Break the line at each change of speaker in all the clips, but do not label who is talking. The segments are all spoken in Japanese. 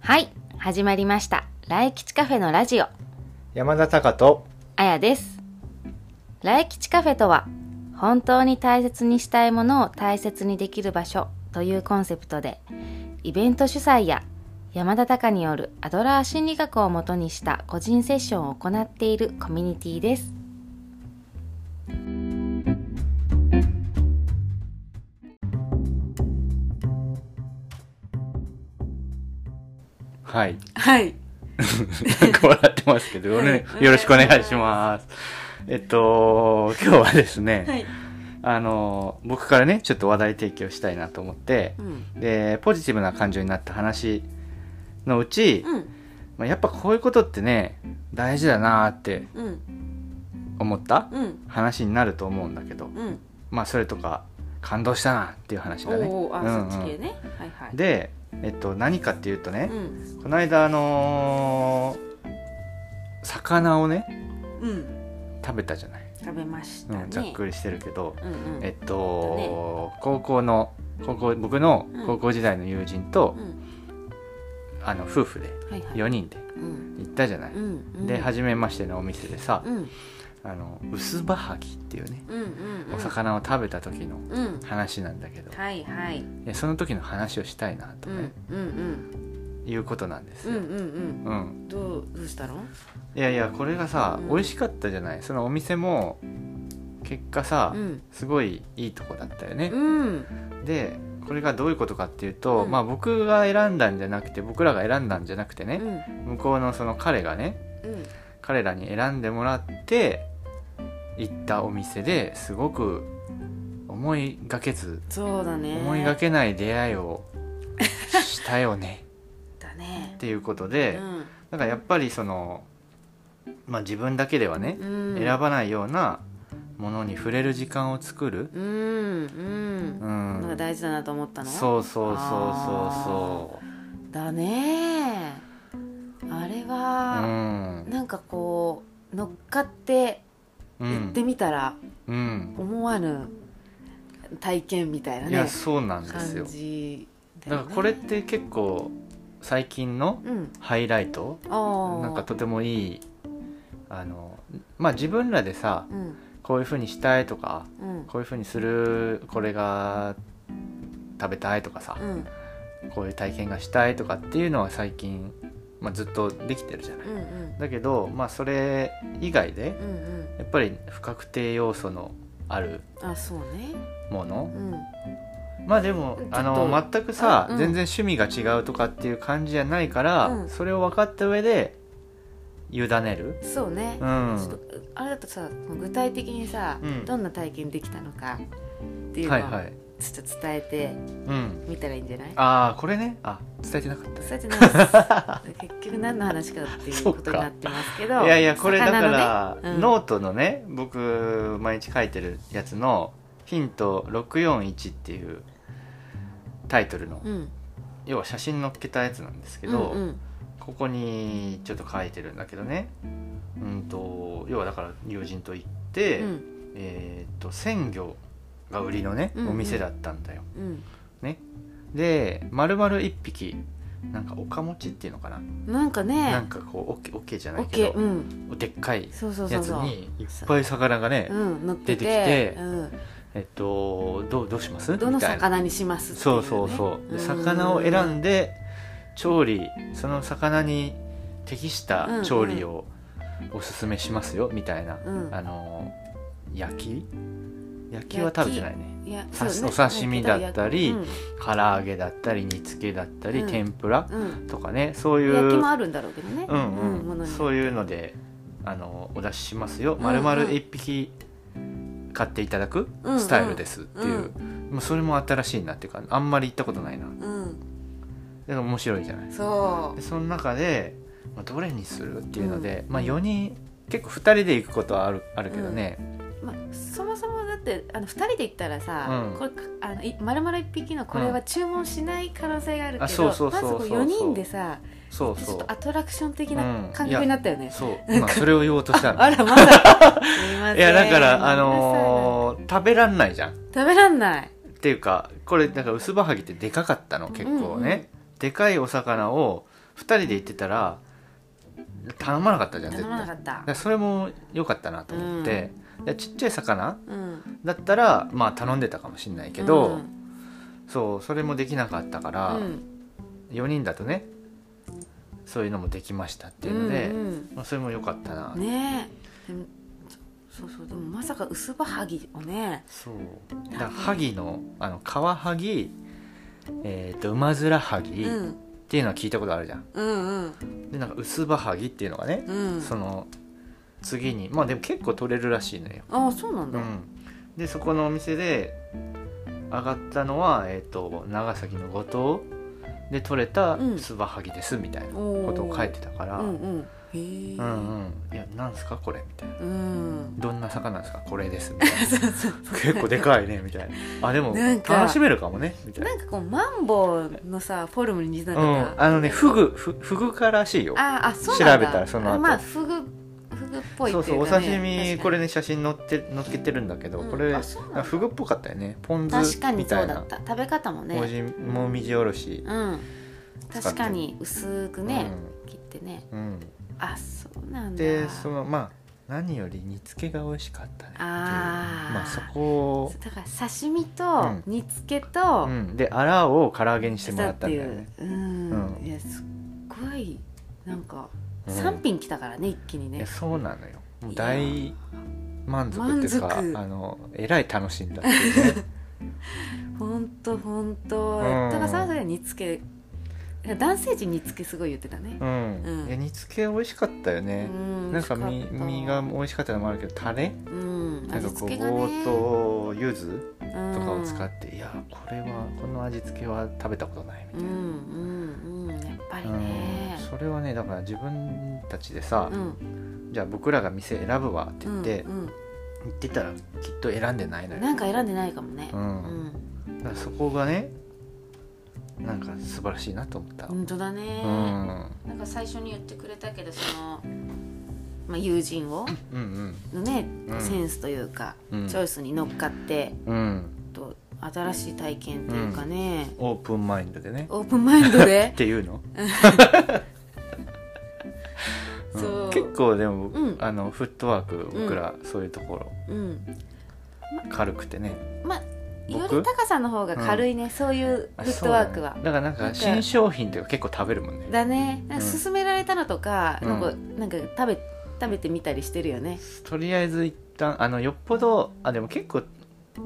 はい始まりました来吉カフェのラジオ
山田隆と
あやです来吉カフェとは本当に大切にしたいものを大切にできる場所というコンセプトでイベント主催や山田隆によるアドラー心理学をもとにした個人セッションを行っているコミュニティです
はい
はい。
なんか笑ってますけど、ね、よろしくお願いしますえっと今日はですね、
はい。
あの僕からねちょっと話題提供したいなと思って
う、ん。
でポジティブな感情になった話のうち、
うん。
まあ、やっぱこういうことってね大事だなーって
うん。
思った
うん。
話になると思うんだけど
うん。
まあそれとか感動したなっていう話だね
おお、あ、
うんうん
そっち系ね。はいはい。
で、えっと、何かっていうとね
う、ん。
この間あのー魚をね
うん。
食べたじゃない、
食べまし
う
た
ん
ね。
ざっくりしてるけど、
うんうん。
えっと、高校の高校僕の
うん
高校時代の友人と
う、ん。
あの夫婦で
はいはい。
4人で
うん。
行ったじゃない、
うん。うん。
で初めましてのお店でさ、
うん。
あの薄葉はぎっていうね、
うん。うん。
お。魚を食べた時の
うん。
話なんだけど、
はいはい。
でその時の話をしたいなと
うん。
ね、
うん。
いうことなんです
うん。うん。
よ、
うん。
うん、
どう、どうしたの。
いやいやこれがさ、
うん
美味しかったじゃないそのお店も結果さ、
うん。
すごいいいとこだったよね
う、ん。
でこれがどういうことかっていうと、
うん
まあ僕が選んだんじゃなくて僕らが選んだんじゃなくて
う
ね、
ん。
向こうのその彼がね
うん。
彼らに選んでもらって行ったお店ですごく思いがけず、
そうだね。
思いが。けない出会いをしたよね
だね
っ。ていうこと
う
で、
ん。
なんかやっぱりその、まあ、自分だけではね、
うん。
選ばないようなものに触れる時間を作る、
うん。うん。
う
のが
ん、
大事だなと思ったの。
そうそうそうそうそ
だねあれ
うう
は、
ん
なんかこう乗っかって
う
行って
ん、
みたら
うん、
思わぬ体験みたいない
や
ね
そうなんです
感
よ
じだ
だ
よ
か
ね
らこれって結構最近の
うん
ハイライト
ああ
なんかとてもいいあのまあ自分らでさ
うん
こういう風にしたいとか
うん
こういう風にするこれが食べたいとかさ
うんうん
こういう体験がしたいとかっていうのは最近、まあ、ずっとできてるじゃない。
うん
だけど、まあ、それ以外で
うんうん
やっぱり不確定要素のある
あそうね
もの
うん
まあでも
うん
あ
ちょっ
の全くさ、
うん
全然趣味が違うとかっていう感じじゃないから、
うん
それを分かった上で委ねる
そうね
うん
ちょっとあれだとさ具体的にさ
うん
どんな体験できたのかっていうの
はい
を
はい
ちょっと伝えて
うん
みたらいいんじゃない
ああこれねあ伝えてなかった
それじゃないです結局何の話かっていうことになってますけど
いやいやこれだか
魚の
ら、
ねうん
ノートのね僕毎日書いてるやつのヒント641っていうタイトルの、
うん
要は写真載っけたやつなんですけ
け
ど、
うんうん
ここにちょっと書いてるんだけどねうんと要はだから友人と行って、
うん
えーっと鮮魚が売りのね、
うんうん
お店だったんだよ
うん
で丸々1匹なんかおかもちっていうのかな、
なんか
な
ね
んかこうおけおけじゃ
オ
ない
ッ
け
ケー、
ど
うん
でっかい
そうそうそ
や
う
つ
そう
にいっぱい魚がね、
うん乗ってて
出てき
う
て
ん、
えっとどうどうします
どの
みたいな
魚にしますってい
そうそうそうで
ね
魚を選ん
で
で調理その魚に適した調理をおすすめしますよみたいな、
うん
あの焼き焼きは食べてないね
いや
さ
そうね
お刺身だったり
うん
唐揚げだったり煮付けだったり、
うん
天ぷら
うん
とかねそういう
焼きもあるんだろうけどね
うんうん
ものに
そういうのであのお出ししますよ、
ん
丸々1匹買っていただく
うんうん
スタイルですっていう、もうそれも新しいなっていうかあんまり行ったことないな
うん
でも面白いじゃない
そ
でその中で、まあ、どれにするっていうので、まあ、4人結構2人で行くことはあるあるけどね、
う、まあ、そもそもだってあの二人で行ったらさ、
うん
これあのい丸々一匹のこれは注文しない可能性があるけ
あ
ど、
そうそうそう
まずこ
そう
う
そう
4人でさ
そう
ちょ
そ
っ
う
とアトラクション的
う
なん感
いや
覚になったよね、
そう、まあ、それを言おうとした
あ
の
らまだすいません
いやだからあのー食べらんないじゃんっ
ごめんなさい食べらんない
ていうかこれだから薄葉はぎってでかかったの結構ね、
うんうん
でかいお魚を2人で行ってたら頼まなかったじゃん絶
頼
対
まなか
だか
った
らそれも良かったなと思って、でちっちゃい魚
うん
だったらまあ頼んでたかもしれないけど、
うん
そうそれもできなかったから、
うん
4人だとねそういうのもできましたっていうので、
うん
まあ、それも良かったな、
うんねえでもそうそうでもまさか薄葉はぎをね
そうだから萩のあのカワハギえー、と馬面ハギ
う
っ
ん
ていうのは聞いたことあるじゃん、
うんうん
でなんか薄葉ハギっていうのがね、
うん
その次にまあでも結構取れるらしいのよ、
ああそうなん
う
だ
ん、でそこのお店で上がったのは、えー、と長崎の五島で取れた
うん
スバハギですみたいな
おー
ことを書いてたから、
うんうんへえ
うんうんいやなんすかこれみたいな
うん
どんな魚なんですかこれですみたいな 結構でかいねみたいなあでも
なんか
楽しめるかもねみたいな
なんかこうマンボウのさフォルムに似てな
う
かっ
ん、
た
あのねフグフフグ科らしいよ
ああそうなんだ
調べたらその後
まあフグフグっぽい
そう
って
そ
いうう
お
かね
刺身
確かに
これね写真載って載っけてるんだけど、
うん
これ
あそうなんだ
フグっぽかったよねポン酢
確かに
み
そ
た
う
い
だ
な
った食べ方もね
もじもみじおろし
うん
使って
確かに薄くね、切ってね
うんうん
あそうなんだ
でそのまあ何より煮付けが美味しかったねっていう
あー
まあそこを
そう、だから刺身
う
と
ん
煮つけと
うん、でアラを唐揚げにしてもらったんだよ
し
ね
たっていううん、
うん
いやすっごいなんか
うん
3品来たからね一気に
いや
ね
そうなのよもう
いや
大満足っていうかあ
満足
のえらい楽しんだっていう ね
ほんとほんと
うん
だからその時は煮つけ男性陣煮つけすごい言ってたね
うん、
うん
いや煮付け美味しかったよ
う
ね、
ん
なんか
美味
身
しった
身が美味しかったのもあるけどタレ
うん
なん
味
かこ
付け
う
が
ゴ
ね
ーと柚子
と
とかを使
っ
って、いやこれはこの味付けは食べたことないみた
う
い
ん
な、
うんうんやっぱり
うん
ね
それはねだから自分たちでさ、
うん
じゃあ僕らが店選ぶわって言って、
うん
言ってたらきっと選んでないの
うん
よ、
なんか選んでないかもね
う
うんん
だからそこがねなんか素晴らしいなと思った、
本当だね
うん
なんか最初に言ってくれたけどそのまあ友人を
うん
のね
うん
センスというか
うん
チョイスに乗っかって
うん、うん、
と新しい体験っていうかね
オープンマインドでね
オープンマインド
っ
で
ていうの、うん
そう
結構でも、
うん
あのフットワーク僕らそういうところ
うん
軽くてね、
まあよ
僕
り高さんの方が軽いねそういうフ
あ
ットワークは
そうだねだからなん
なん
か
か
新商品とか結構食べるもんね
だねなんか
うん
勧められたのとか、
うん
なんかなんか食べ食べてみたりしてるよね
とりあえず一旦あのよっぽどあでも結構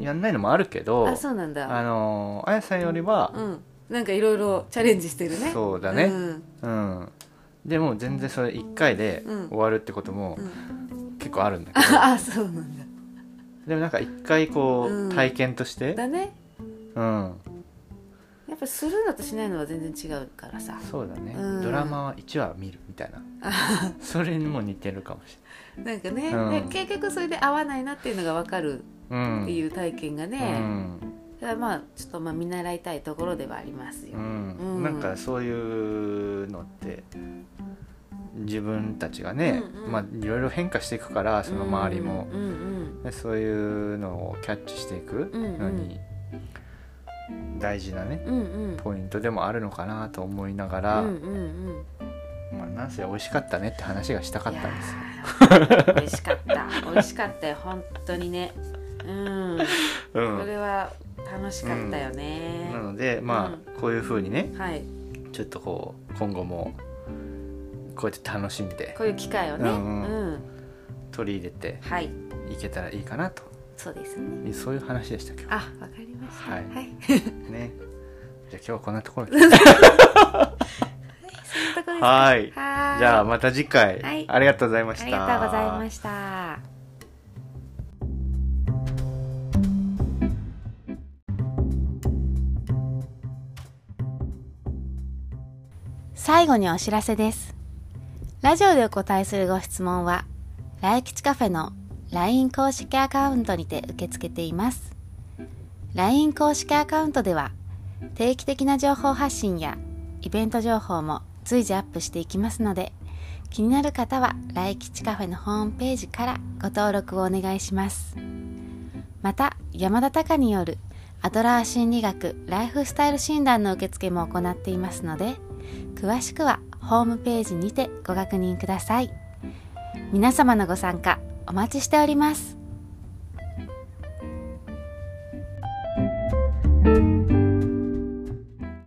やんないのもあるけど
あそうなん
あ
だ
のあやさんよりは
う、んなんかいろいろチャレンジしてるね
そうだね
うん
うんでも全然それ1回で
うん
終わるってことも
うん
結構あるんだけど、
ああそうなんだ
でもなんか1回こう、
うん
体験として、
だね
うん、
やっぱするのとしないのは全然違うからさ
そうだね、
うん
ドラマは1話見るみたいな それにも似てるかもし
なんかね、
うん
で結局それで合わないなっていうのが分かる
れない、うん、
っていう体験がね、
うん
だからまあちょっとまあ見習いたいところではありますよ、
うん
うん
なんかそういうのって自分たちがね、
うんうん
まあ、いろいろ変化していくからその周りも、
うんうん
でそういうのをキャッチしていくのに大事なね
うんうん
ポイントでもあるのかなと思いなが
う
ら、
んうんうん
まあ、なんせ美味しかったねって話がしたかったんですよ。
いやー美味しかった美味しかったよ本当にねうん
う
こ
ん
れは楽しかったよね、
なのでまあ、こういうふうにね
はい
ちょっとこう今後もこうやって楽しんで
こういう機会をね、
う
うんん
う取り入れて
はい
いけたらいいかなと
そうですね
いうそういう話でした今日
あわかりました
はい
はい、
ね。じゃあ今日はこんなところでじ
そんなとこですか
はい
はーい
ゃあまた次回、
はい
ありがとうございました。
ありがとうございました最後にお知らせですラジオでお答えするご質問は来吉カフェの LINE 公式アカウントにて受け付けています LINE 公式アカウントでは定期的な情報発信やイベント情報も随時アップしていきますので気になる方は来吉カフェのホームページからご登録をお願いしますまた山田隆によるアドラー心理学ライフスタイル診断の受付も行っていますので詳しくはホームページにてご確認ください皆様のご参加お待ちしております